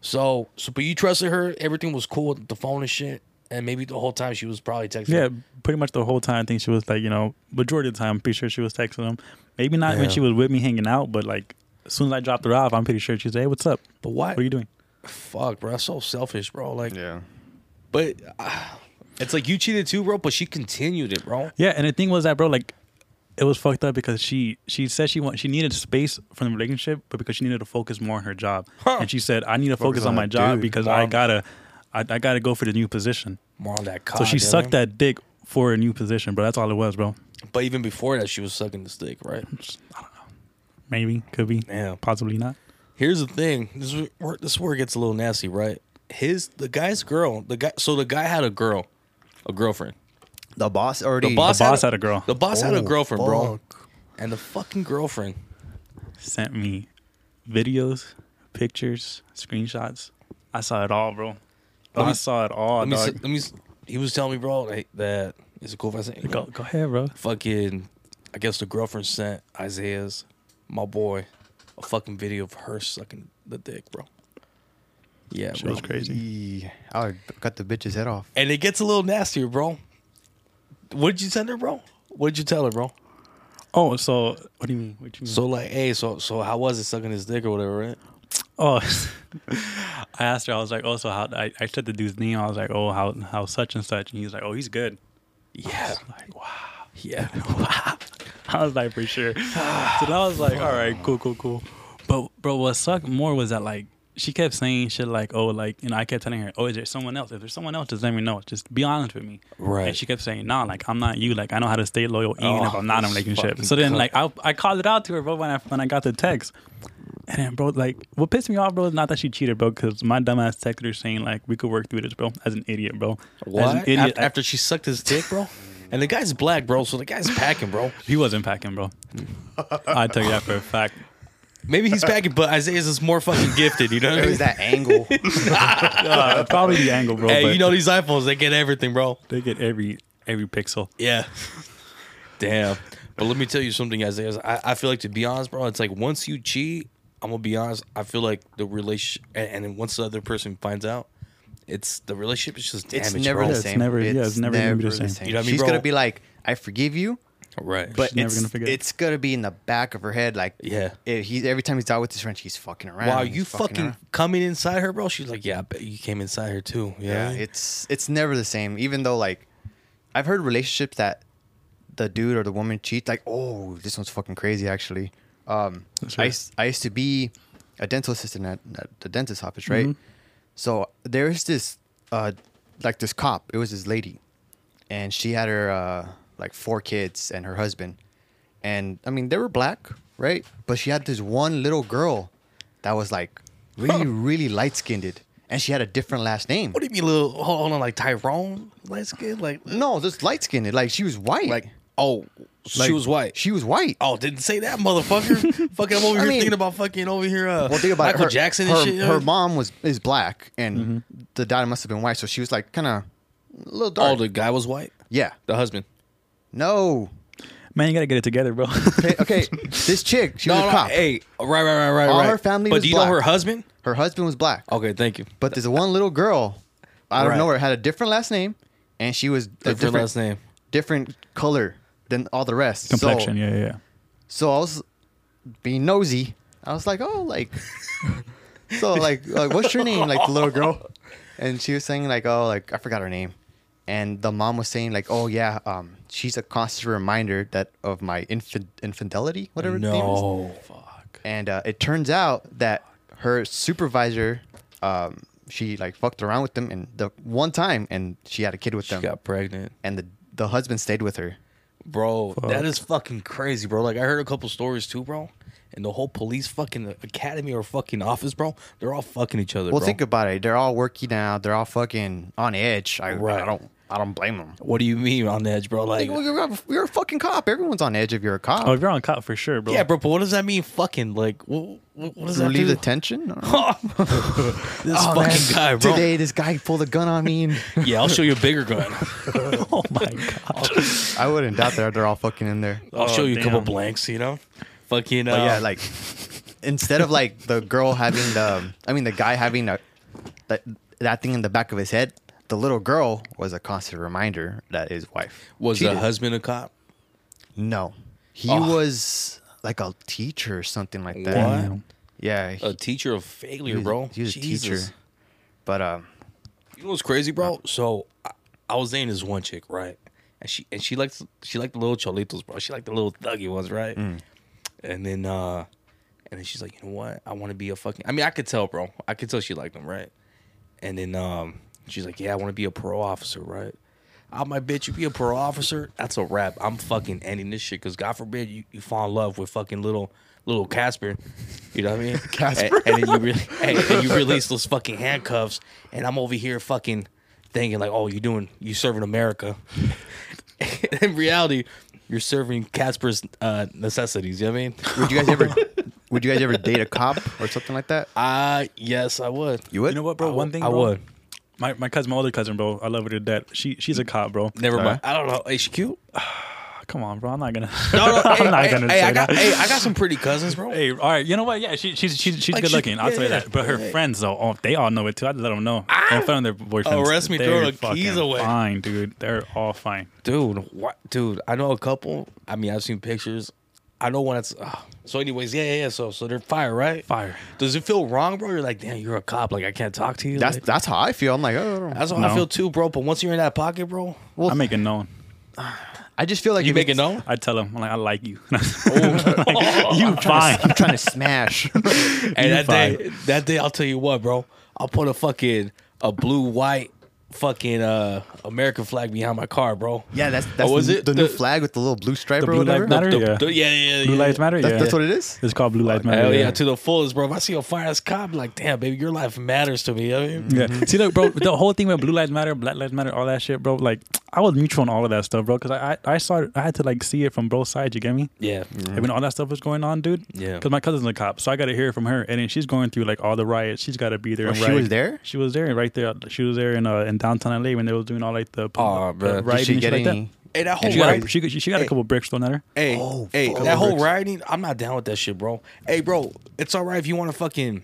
Speaker 1: So, so but you trusted her. Everything was cool with the phone and shit, and maybe the whole time she was probably texting.
Speaker 3: yeah, pretty much the whole time, I think she was like, you know, majority of the time, I'm pretty sure she was texting him. Maybe not
Speaker 1: Yeah.
Speaker 3: when she was with me hanging out, but like, as soon as I dropped her off, I'm pretty sure she said, hey, what's up?
Speaker 1: But why?
Speaker 3: What are you doing?
Speaker 1: Fuck, bro. That's so selfish, bro. Like,
Speaker 2: Yeah.
Speaker 1: but ah, it's like you cheated too, bro. But she continued it, bro.
Speaker 3: Yeah, and the thing was that, bro, like it was fucked up because she she said she want she needed space from the relationship, but because she needed to focus more on her job,
Speaker 1: Huh.
Speaker 3: and she said, "I need to focus,
Speaker 2: Focus
Speaker 3: on,
Speaker 2: on
Speaker 3: my
Speaker 2: that
Speaker 3: job
Speaker 2: dude,
Speaker 3: because I
Speaker 1: mom."
Speaker 3: gotta, I, I gotta go for the new position."
Speaker 1: More on that.
Speaker 3: So
Speaker 1: cock,
Speaker 3: she
Speaker 1: yeah,
Speaker 3: sucked
Speaker 1: man.
Speaker 3: that dick for a new position, bro. That's all it was, bro.
Speaker 1: But even before that, she was sucking the stick, right?
Speaker 3: Maybe could be,
Speaker 1: Damn.
Speaker 3: possibly not.
Speaker 1: Here's the thing. This is where, this is where it gets a little nasty, right? His the guy's girl, the guy. So the guy had a girl, a girlfriend,
Speaker 2: The boss already.
Speaker 3: The
Speaker 1: boss-
Speaker 3: boss, had a girl
Speaker 1: The boss had a
Speaker 4: Oh,
Speaker 1: girlfriend, bro,
Speaker 4: fuck.
Speaker 1: and the fucking girlfriend.
Speaker 3: sent me videos, pictures, screenshots. I saw it all, bro.
Speaker 1: Let me-
Speaker 3: I saw it all,
Speaker 1: Let me, s-
Speaker 3: dog.
Speaker 1: let me. s- He was telling me, bro, like, that is it cool if I say
Speaker 3: Go, go ahead, bro.
Speaker 1: fucking I guess the girlfriend sent Isaiah's my boy a fucking video of her sucking the dick, bro. Yeah,
Speaker 3: Shit
Speaker 1: bro.
Speaker 3: was crazy.
Speaker 2: Yeah, I would cut the bitch's head off.
Speaker 1: And it gets a little nastier, bro. What did you send her, bro? What did you tell her, bro?
Speaker 3: Oh, so what do you mean? What do you mean?
Speaker 1: So like, hey, so so how was it sucking his dick or whatever, right?
Speaker 3: Oh, I asked her. I was like, "Oh, so how?" I, I said the dude's name. I was like, "Oh, how how such and such?" And he was like, "Oh, he's good." I
Speaker 1: Yeah,
Speaker 3: was like, "Wow."
Speaker 1: yeah.
Speaker 3: I was like, "For sure." so then I was like, "All right, cool, cool, cool." But bro, what sucked more was that like she kept saying shit like, "Oh, like you know," I kept telling her, "Oh, is there someone else? If there's someone else, just let me know. Just be honest with me."
Speaker 1: Right.
Speaker 3: And she kept saying, "Nah, like I'm not you. Like I know how to stay loyal even if
Speaker 1: Oh,
Speaker 3: I'm not in a
Speaker 1: this
Speaker 3: relationship."
Speaker 1: fucking
Speaker 3: So then
Speaker 1: cunt.
Speaker 3: like I I called it out to her, bro, when I when I got the text. And then, bro, like, what pissed me off, bro, is not that she cheated, bro, because my dumbass texted her saying, like, we could work through this, bro, as an idiot, bro. As an
Speaker 1: What?
Speaker 3: idiot.
Speaker 1: After, after she sucked his dick, bro. And the guy's black, bro. So the guy's packing, bro.
Speaker 3: he wasn't packing, bro. I tell you that for a fact.
Speaker 1: Maybe he's packing, but Isaiah's is more fucking gifted. You know what I
Speaker 2: It
Speaker 1: mean?
Speaker 2: was that angle.
Speaker 3: Uh, probably the angle, bro.
Speaker 1: hey,
Speaker 3: but
Speaker 1: you know these iPhones, they get everything, bro.
Speaker 3: they get every every pixel.
Speaker 1: Yeah. Damn. But let me tell you something, Isaiah. I, I feel like to be honest, bro, it's like once you cheat, I'm gonna be honest. I feel like the relation, and, and then once the other person finds out, it's the relationship is just
Speaker 2: It's
Speaker 1: damaged,
Speaker 2: never
Speaker 1: bro.
Speaker 2: the
Speaker 3: It's
Speaker 2: same.
Speaker 3: never- yeah, it's never gonna be the same.
Speaker 1: You know what I mean,
Speaker 2: She's
Speaker 1: bro?
Speaker 2: gonna be like, "I forgive you,"
Speaker 1: Right.
Speaker 2: but
Speaker 3: She's never
Speaker 2: it's
Speaker 3: gonna forget.
Speaker 2: it's gonna be in the back of her head. Like,
Speaker 1: Yeah.
Speaker 2: if he's every time he's out with his friend, he's fucking around.
Speaker 1: wow,
Speaker 2: he's
Speaker 1: you fucking
Speaker 2: around.
Speaker 1: coming inside her, bro? She's like, yeah, I bet you came inside her too.
Speaker 2: Yeah,
Speaker 1: Yeah.
Speaker 2: it's it's never the same. Even though like, I've heard relationships that the dude or the woman cheats. Like, oh, this one's fucking crazy. Actually, um,
Speaker 3: That's
Speaker 2: I
Speaker 3: right.
Speaker 2: used, I used to be a dental assistant at, at the dentist office, right?
Speaker 3: Mm-hmm.
Speaker 2: So there is this uh, like this cop. It was this lady, and she had her uh, like four kids and her husband, and I mean they were black, right? But she had this one little girl that was like really really light skinned. And she had a different last name.
Speaker 1: what do you mean, little? Hold on, like Tyrone? Let's get like,
Speaker 2: No, just light skinned. Like she was white.
Speaker 1: like, oh, she
Speaker 2: Like,
Speaker 1: was white.
Speaker 2: She was white.
Speaker 1: Oh, didn't say that, motherfucker. fucking, I'm over
Speaker 2: I
Speaker 1: here
Speaker 2: mean-
Speaker 1: thinking about fucking over here. Uh,
Speaker 2: Well, think about it.
Speaker 1: Michael
Speaker 2: her,
Speaker 1: Jackson and
Speaker 2: her,
Speaker 1: shit. Mm-hmm.
Speaker 2: Her
Speaker 1: yeah.
Speaker 2: mom was is black, and the dad must have been white. So she was like kind of a little
Speaker 1: Oh,
Speaker 2: dark.
Speaker 1: the guy was white.
Speaker 2: yeah.
Speaker 1: The husband.
Speaker 2: No.
Speaker 3: Man, you gotta get it together, bro.
Speaker 2: Okay. okay. this chick, she was a cop.
Speaker 1: hey, right, right, right, right.
Speaker 2: All
Speaker 1: right.
Speaker 2: her family
Speaker 1: But
Speaker 2: was
Speaker 1: do you know
Speaker 2: black.
Speaker 1: her husband?
Speaker 2: Her husband was black.
Speaker 1: Okay, thank you.
Speaker 2: But there's one little girl out of
Speaker 1: Oh. Right.
Speaker 2: nowhere had a different last name, and she was a
Speaker 1: Different, last name.
Speaker 2: different color than all the rest. So-
Speaker 3: Complexion, yeah, yeah, yeah.
Speaker 2: So I was being nosy. I was like, oh, like, so like, like, what's your name? Like the little girl, and she was saying like, oh, like I forgot her name, and the mom was saying like, oh yeah, um, she's a constant reminder that of my infin- infidelity, whatever. the name is.
Speaker 1: fuck.
Speaker 2: And uh, it turns out that her supervisor, um, she like fucked around with them, and the one time, and she had a kid with
Speaker 1: She
Speaker 2: them,
Speaker 1: got pregnant,
Speaker 2: and the the husband stayed with her.
Speaker 1: bro. That
Speaker 3: Fuck.
Speaker 1: is fucking crazy, bro. Like I heard a couple stories too, bro. And the whole police fucking academy or fucking office, bro. They're all fucking each other.
Speaker 2: Well,
Speaker 1: bro.
Speaker 2: think about it. They're all working out. They're all fucking on edge. I,
Speaker 1: Right.
Speaker 2: I don't. I don't blame them.
Speaker 1: what do you mean on the edge, bro? Like,
Speaker 2: Like, well, you're, a- you're a fucking cop. Everyone's on edge if you're a cop.
Speaker 3: Oh, if you're on cop for sure, bro.
Speaker 1: yeah, bro. But what does that mean? Fucking like, what, what does that
Speaker 2: Relieve
Speaker 1: do?
Speaker 2: the tension.
Speaker 1: this fucking guy, bro.
Speaker 2: Oh, Today, this guy pulled a gun on me. and-
Speaker 1: Yeah, I'll show you a bigger gun.
Speaker 3: oh my god.
Speaker 2: I wouldn't doubt that they're all fucking in there.
Speaker 1: I'll
Speaker 3: Oh,
Speaker 1: show you a couple
Speaker 3: damn.
Speaker 1: blanks. You know, fucking. Uh,
Speaker 2: But yeah, like instead of like the girl having the, I mean the guy having a, that that thing in the back of his head. The little girl was a constant reminder that his wife
Speaker 1: was
Speaker 2: cheated.
Speaker 1: the husband a cop?
Speaker 2: No, he
Speaker 1: Oh.
Speaker 2: was like a teacher or something like that.
Speaker 1: What?
Speaker 2: Yeah, he-
Speaker 1: A teacher of failure,
Speaker 2: He was-
Speaker 1: bro.
Speaker 2: He was a
Speaker 1: Jesus.
Speaker 2: teacher. But um,
Speaker 1: You know what's crazy, bro? So I, I was dating this one chick, right? And she and she likes she liked the little cholitos, bro. She liked the little thuggy ones, right?
Speaker 2: Mm.
Speaker 1: And then uh and then she's like, you know what? I want to be a fucking I mean, I could tell, bro. I could tell she liked them, right? And then um she's like, Yeah, I want to be a parole officer, right? I'm like, bitch, you be a parole officer? That's a wrap. I'm fucking ending this shit because God forbid you, you fall in love with fucking little little Casper. You know what I mean? Casper. And, and then you really and, and you release those fucking handcuffs and I'm over here fucking thinking like, oh, you doing you serving America. in reality, you're serving Casper's uh, necessities. You know what I mean?
Speaker 2: Would you guys ever? would you guys ever date a cop or something like that?
Speaker 1: Uh, yes, I would.
Speaker 2: You would.
Speaker 3: You know what, bro? One thing,
Speaker 1: I
Speaker 3: bro,
Speaker 1: would.
Speaker 3: My my cousin, my older cousin, bro. I love her to death. She she's a cop, bro. Ah,
Speaker 1: Never mind.
Speaker 2: Alright.
Speaker 1: I don't know. Is she cute?
Speaker 3: Come on, bro. I'm not gonna.
Speaker 1: No, no.
Speaker 3: I'm
Speaker 1: hey,
Speaker 3: not
Speaker 1: hey,
Speaker 3: gonna
Speaker 1: hey,
Speaker 3: say
Speaker 1: I got,
Speaker 3: that.
Speaker 1: Hey, I got some pretty cousins, bro.
Speaker 3: Hey, all right. You know what? Yeah, she, she's she's she's
Speaker 1: Like
Speaker 3: good
Speaker 1: she-
Speaker 3: looking. I'll
Speaker 1: yeah,
Speaker 3: tell you
Speaker 1: yeah,
Speaker 3: that. But her
Speaker 1: yeah.
Speaker 3: friends though, oh, they all know it too. I'd let them know in front of their boyfriends.
Speaker 1: Arrest Oh, me,
Speaker 3: They're
Speaker 1: throw the keys
Speaker 3: fucking
Speaker 1: away.
Speaker 3: Fine, dude. They're all fine.
Speaker 1: dude what dude i know a couple i mean i've seen pictures i know one that's ah. so anyways yeah yeah, yeah so so they're fire right
Speaker 3: Fire.
Speaker 1: does it feel wrong bro you're like damn you're a cop like i can't talk to you
Speaker 2: That's
Speaker 1: Like,
Speaker 2: that's how I feel. I'm like, oh, I don't know.
Speaker 1: that's how
Speaker 3: No.
Speaker 1: i feel too bro but once you're in that pocket bro
Speaker 2: Well,
Speaker 3: I make it known.
Speaker 2: I just feel like
Speaker 1: you
Speaker 2: if
Speaker 1: make it
Speaker 2: it's-
Speaker 1: known
Speaker 3: I tell them, I'm like, I like you. Like, you fine.
Speaker 2: Oh. I'm trying to smash.
Speaker 1: and that
Speaker 3: fine.
Speaker 1: day that day i'll tell you what bro i'll put a fucking a blue white fucking uh american flag behind my car bro
Speaker 2: yeah, that's that's
Speaker 1: was
Speaker 2: the,
Speaker 1: it
Speaker 2: the new
Speaker 1: the-
Speaker 2: flag with the little blue stripe or
Speaker 3: blue lives
Speaker 2: whatever.
Speaker 3: matter.
Speaker 1: The-
Speaker 3: yeah.
Speaker 1: the- yeah, yeah, yeah.
Speaker 3: Blue lives matter.
Speaker 2: That's,
Speaker 3: yeah.
Speaker 2: that's what it is.
Speaker 3: It's called blue lives matter.
Speaker 1: Hell yeah. to the fullest, bro. If I see a fire ass cop, like, damn, baby, your life matters to me. you know what I mean?
Speaker 2: Mm-hmm.
Speaker 3: Yeah. See, look, bro, the whole thing with Blue Lives Matter, Black Lives Matter, all that shit, bro. Like, I was neutral on all of that stuff, bro, because I, I I saw it- I had to like see it from both sides. You get me?
Speaker 1: Yeah.
Speaker 3: And when all that stuff was going on, dude.
Speaker 1: Yeah.
Speaker 3: Because my cousin's a cop, so I got to hear it from her, and then she's going through like all the riots. She's got to be there.
Speaker 2: Oh,
Speaker 3: and
Speaker 2: she
Speaker 3: riot.
Speaker 2: was there?
Speaker 3: She was there, right there. She was there in uh, in downtown LA when they was doing all like the,
Speaker 1: Aw,
Speaker 3: the
Speaker 1: bro. Did
Speaker 3: rioting
Speaker 2: Did she
Speaker 3: and shit
Speaker 2: get
Speaker 3: like
Speaker 2: any?
Speaker 1: Hey, that
Speaker 3: that.
Speaker 1: whole
Speaker 3: She got,
Speaker 1: ride-
Speaker 3: a, she, she got
Speaker 2: Eh.
Speaker 3: a couple bricks thrown at her.
Speaker 1: Hey,
Speaker 2: Oh,
Speaker 1: hey,
Speaker 2: fuck.
Speaker 1: that whole
Speaker 2: Bricks.
Speaker 1: rioting, I'm not down with that shit, bro. Hey, bro, it's all right if you want to fucking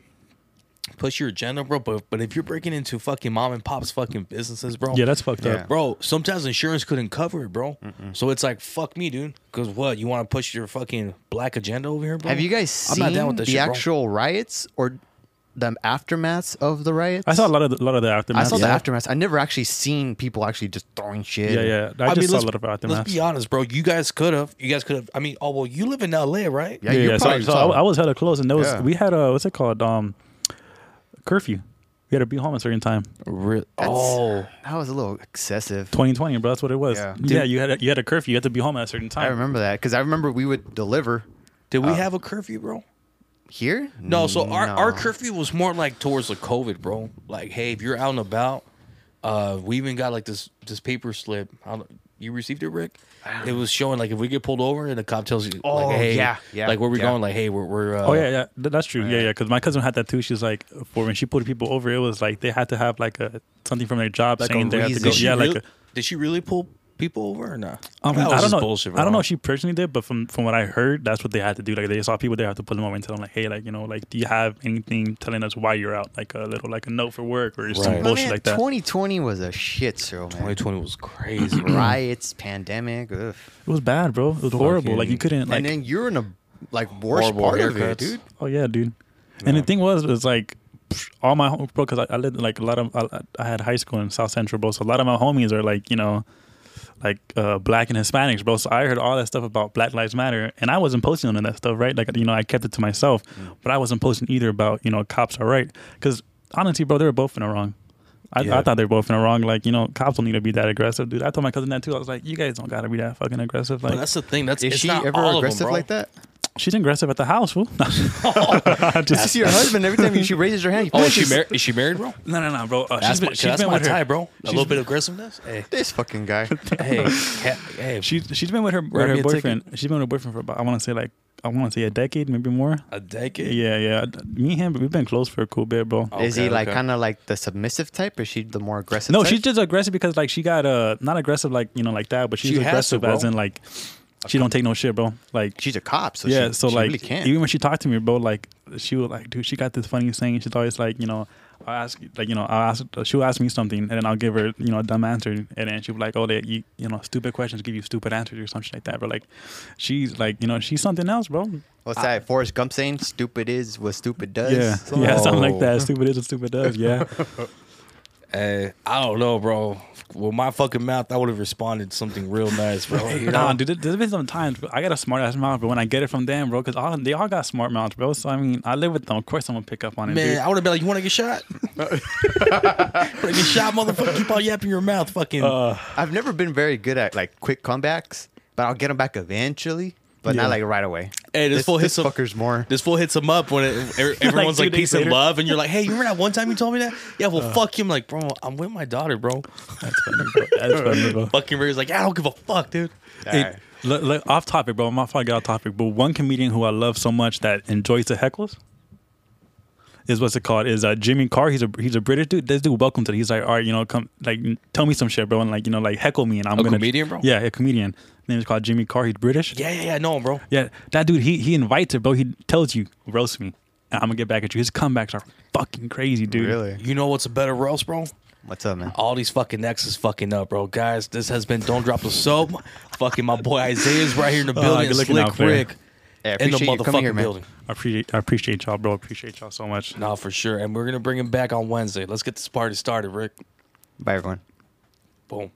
Speaker 1: push your agenda, bro, but, but if you're breaking into fucking mom and pop's fucking businesses, bro.
Speaker 3: Yeah, that's fucked
Speaker 2: Yeah.
Speaker 3: up.
Speaker 1: Bro, sometimes insurance couldn't cover it, bro. So it's like, fuck me, dude. Because what? You want to push your fucking black agenda over here, bro?
Speaker 2: Have you guys seen the
Speaker 1: bro.
Speaker 2: actual riots or the aftermaths of the riots?
Speaker 3: I saw a lot of the, lot of the
Speaker 2: I
Speaker 3: aftermath.
Speaker 2: saw the
Speaker 3: yeah.
Speaker 2: aftermaths. I never actually seen people actually just throwing shit.
Speaker 3: Yeah, yeah. I,
Speaker 1: I
Speaker 3: just
Speaker 1: mean,
Speaker 3: saw a
Speaker 1: let's,
Speaker 3: lot of aftermath.
Speaker 1: let's be honest, bro. You guys could have. You guys could have. I mean, oh, well, you live in LA, right?
Speaker 2: Yeah,
Speaker 3: yeah,
Speaker 2: you
Speaker 3: yeah. So,
Speaker 2: probably
Speaker 3: so
Speaker 2: saw
Speaker 3: I, I was hella close, and there was
Speaker 2: Yeah.
Speaker 3: we had a what's it called um curfew. We had to be home at a certain time.
Speaker 1: Re-
Speaker 2: That's-
Speaker 1: oh.
Speaker 2: That was a little excessive.
Speaker 3: 2020, bro. That's what it was.
Speaker 2: Yeah.
Speaker 3: Yeah, you had a, you had a curfew. You had to be home at a certain time.
Speaker 2: I remember that because I remember we would deliver
Speaker 1: Did
Speaker 2: Uh,
Speaker 1: we have a curfew, bro?
Speaker 2: here.
Speaker 1: No, so our, our
Speaker 2: No.
Speaker 1: curfew was more like towards the COVID, bro. Like, hey, if you're out and about, uh, we even got like this this paper slip. I don't, you received it, Rick? It was showing like if we get pulled over and the cop tells you,
Speaker 2: Ah. Oh,
Speaker 1: like, hey,
Speaker 2: yeah, yeah,
Speaker 1: like where we
Speaker 2: yeah.
Speaker 1: going? Like, hey, we're we're uh,
Speaker 3: Oh yeah, yeah, Th- that's true. Yeah, yeah. Because my cousin had that too. She's like, for when she pulled people over, it was like they had to have like a something from their job
Speaker 2: Like a
Speaker 3: saying they had to
Speaker 2: reason.
Speaker 3: go.
Speaker 1: Did she
Speaker 3: Yeah,
Speaker 1: really,
Speaker 3: like a, Um,
Speaker 1: did she really pull people over or not?
Speaker 3: I, mean,
Speaker 1: That was
Speaker 3: I don't
Speaker 1: just
Speaker 3: know.
Speaker 1: bullshit,
Speaker 3: I don't
Speaker 1: bro.
Speaker 3: know if she personally did, but from from what I heard, that's what they had to do. Like they saw people, they have to pull them over and tell them like, hey, like you know, like do you have anything telling us why you're out? Like a little like a note for work or some
Speaker 1: Right.
Speaker 2: My
Speaker 3: bullshit
Speaker 2: man,
Speaker 3: like that.
Speaker 2: 2020 was a shit show, man.
Speaker 1: 2020 was crazy. bro.
Speaker 2: Riots, pandemic, ugh.
Speaker 3: It was bad, bro. It was horrible. Like you couldn't like.
Speaker 2: and then you're in a like worst
Speaker 1: Horrible
Speaker 2: part of
Speaker 1: haircuts.
Speaker 2: it, dude.
Speaker 3: Oh yeah, dude. And the thing was, was like psh, all my home, bro, because I, I lived in, like a lot of I, I had high school in South Central, bro. So a lot of my homies are like you know, like uh, black and Hispanics, bro. So I heard all that stuff about Black Lives Matter, and I wasn't posting on that stuff, right? Like you know, I kept it to myself,
Speaker 1: Mm.
Speaker 3: but I wasn't posting either about you know cops are right because honestly, bro, they were both in the wrong. I,
Speaker 1: Yeah.
Speaker 3: I thought they were both in the wrong. Like you know, cops don't need to be that aggressive, dude. I told my cousin that too. I was like, you guys don't gotta be that fucking aggressive.
Speaker 1: But
Speaker 3: Like
Speaker 1: that's the thing. That's
Speaker 2: Is
Speaker 1: it's
Speaker 2: she
Speaker 1: not
Speaker 2: ever
Speaker 1: all of them,
Speaker 2: aggressive
Speaker 1: bro.
Speaker 2: like that?
Speaker 3: she's aggressive at the house, fool.
Speaker 2: I see her husband every time she raises her hand.
Speaker 1: Oh, is she married? Is she married, bro?
Speaker 3: No, no, no, bro. Uh,
Speaker 1: That's
Speaker 3: she's been,
Speaker 1: my,
Speaker 3: she's
Speaker 1: that's
Speaker 3: been
Speaker 1: my
Speaker 3: with her.
Speaker 1: tie, bro. A little
Speaker 3: She's-
Speaker 1: bit of aggressiveness. Hey,
Speaker 2: This fucking guy.
Speaker 1: hey, ca- hey.
Speaker 3: She's she's been with her with
Speaker 1: Grab me
Speaker 3: her
Speaker 1: a ticket.
Speaker 3: boyfriend. She's been with her boyfriend for about I want to say like I want to say a decade, maybe more.
Speaker 1: a decade.
Speaker 3: Yeah, yeah. Me and him, we've been close for a cool bit, bro.
Speaker 2: is he
Speaker 1: Okay,
Speaker 2: like
Speaker 1: okay.
Speaker 2: kind of like the submissive type? Or is she the more aggressive?
Speaker 3: No,
Speaker 2: type?
Speaker 3: she's just aggressive because like she got uh not aggressive like you know like that, but she's
Speaker 1: She has to,
Speaker 3: aggressive as
Speaker 1: bro.
Speaker 3: in like she don't take no shit, bro. Like
Speaker 2: she's a cop, so
Speaker 3: yeah,
Speaker 2: she,
Speaker 3: so
Speaker 2: she
Speaker 3: like
Speaker 2: really can't.
Speaker 3: even when she talked to me, bro, like she was like, dude, she got this funny saying. She's always like, you know, I ask like you know, I ask she'll ask me something, and then I'll give her you know a dumb answer, and then she'll be like, oh, they you, you know stupid questions give you stupid answers or something like that. But like, she's like you know she's something else, bro.
Speaker 2: What's that? Forrest Gump saying, "Stupid is what stupid does."
Speaker 3: yeah,
Speaker 2: Something
Speaker 3: yeah,
Speaker 2: like-
Speaker 3: something like
Speaker 1: Oh.
Speaker 3: that. Stupid is what stupid does. Yeah,
Speaker 1: Uh, I don't know, bro. With my fucking mouth, I would have responded something real nice, bro. You know?
Speaker 3: nah, dude, there- there's been some times bro, I got a smart ass mouth, but when I get it from them, bro, because all they all got smart mouths, bro. So I mean, I live with them. Of course, I'm gonna pick up on it.
Speaker 1: Man,
Speaker 3: dude.
Speaker 1: I would have been like, "You want to get shot? Wanna get shot, motherfucker! Keep on yapping your mouth, fucking."
Speaker 2: I've never been very good at like quick comebacks, but I'll get them back eventually. but
Speaker 3: Yeah.
Speaker 2: not like right away.
Speaker 1: Hey, this fool hits
Speaker 2: this
Speaker 1: some-
Speaker 2: fucker's more.
Speaker 1: This fool hits him up when it, every- everyone's
Speaker 3: two
Speaker 1: like,
Speaker 3: days
Speaker 1: peace
Speaker 3: later.
Speaker 1: and love, and you're like, hey, you remember that one time you told me that? Yeah, well, fuck you. I'm like, bro, I'm with my daughter, bro.
Speaker 3: That's funny, bro. That's funny, bro.
Speaker 1: Fucking Ray's like, I don't give a fuck, dude.
Speaker 3: Hey,
Speaker 2: Alright.
Speaker 3: look, look, off topic, bro. I'm not trying to get off topic, but one comedian who I love so much that enjoys the heckles is what's it called? Is uh, Jimmy Carr? He's a he's a British dude. This dude, welcome to. He's like, all right, you know, come like tell me some shit, bro, and like you know, like heckle me, and I'm
Speaker 1: A
Speaker 3: gonna
Speaker 1: comedian, bro?
Speaker 3: Yeah, a comedian. His name is called Jimmy Carr. He's British.
Speaker 1: Yeah, yeah, yeah, no, bro.
Speaker 3: Yeah, that dude, he he invites it, bro. He tells you, roast me, and I'm gonna get back at you. His comebacks are fucking crazy, dude.
Speaker 2: Really?
Speaker 1: You know what's a better roast, bro?
Speaker 2: What's up, man?
Speaker 1: All these fucking X's fucking up, bro. Guys, this has been Don't Drop the Soap. fucking my boy Isaiah's right here in the
Speaker 2: Oh,
Speaker 1: building.
Speaker 3: good looking out
Speaker 1: Slick
Speaker 3: for you.
Speaker 1: Rick
Speaker 2: Hey, I
Speaker 1: in the
Speaker 2: appreciate you
Speaker 1: motherfucking
Speaker 2: coming here, man.
Speaker 1: building.
Speaker 3: I appreciate I appreciate y'all, bro. Appreciate y'all so much.
Speaker 1: Nah, for sure. And we're going to bring him back on Wednesday. Let's get this party started, Rick.
Speaker 2: Bye, everyone.
Speaker 1: Boom.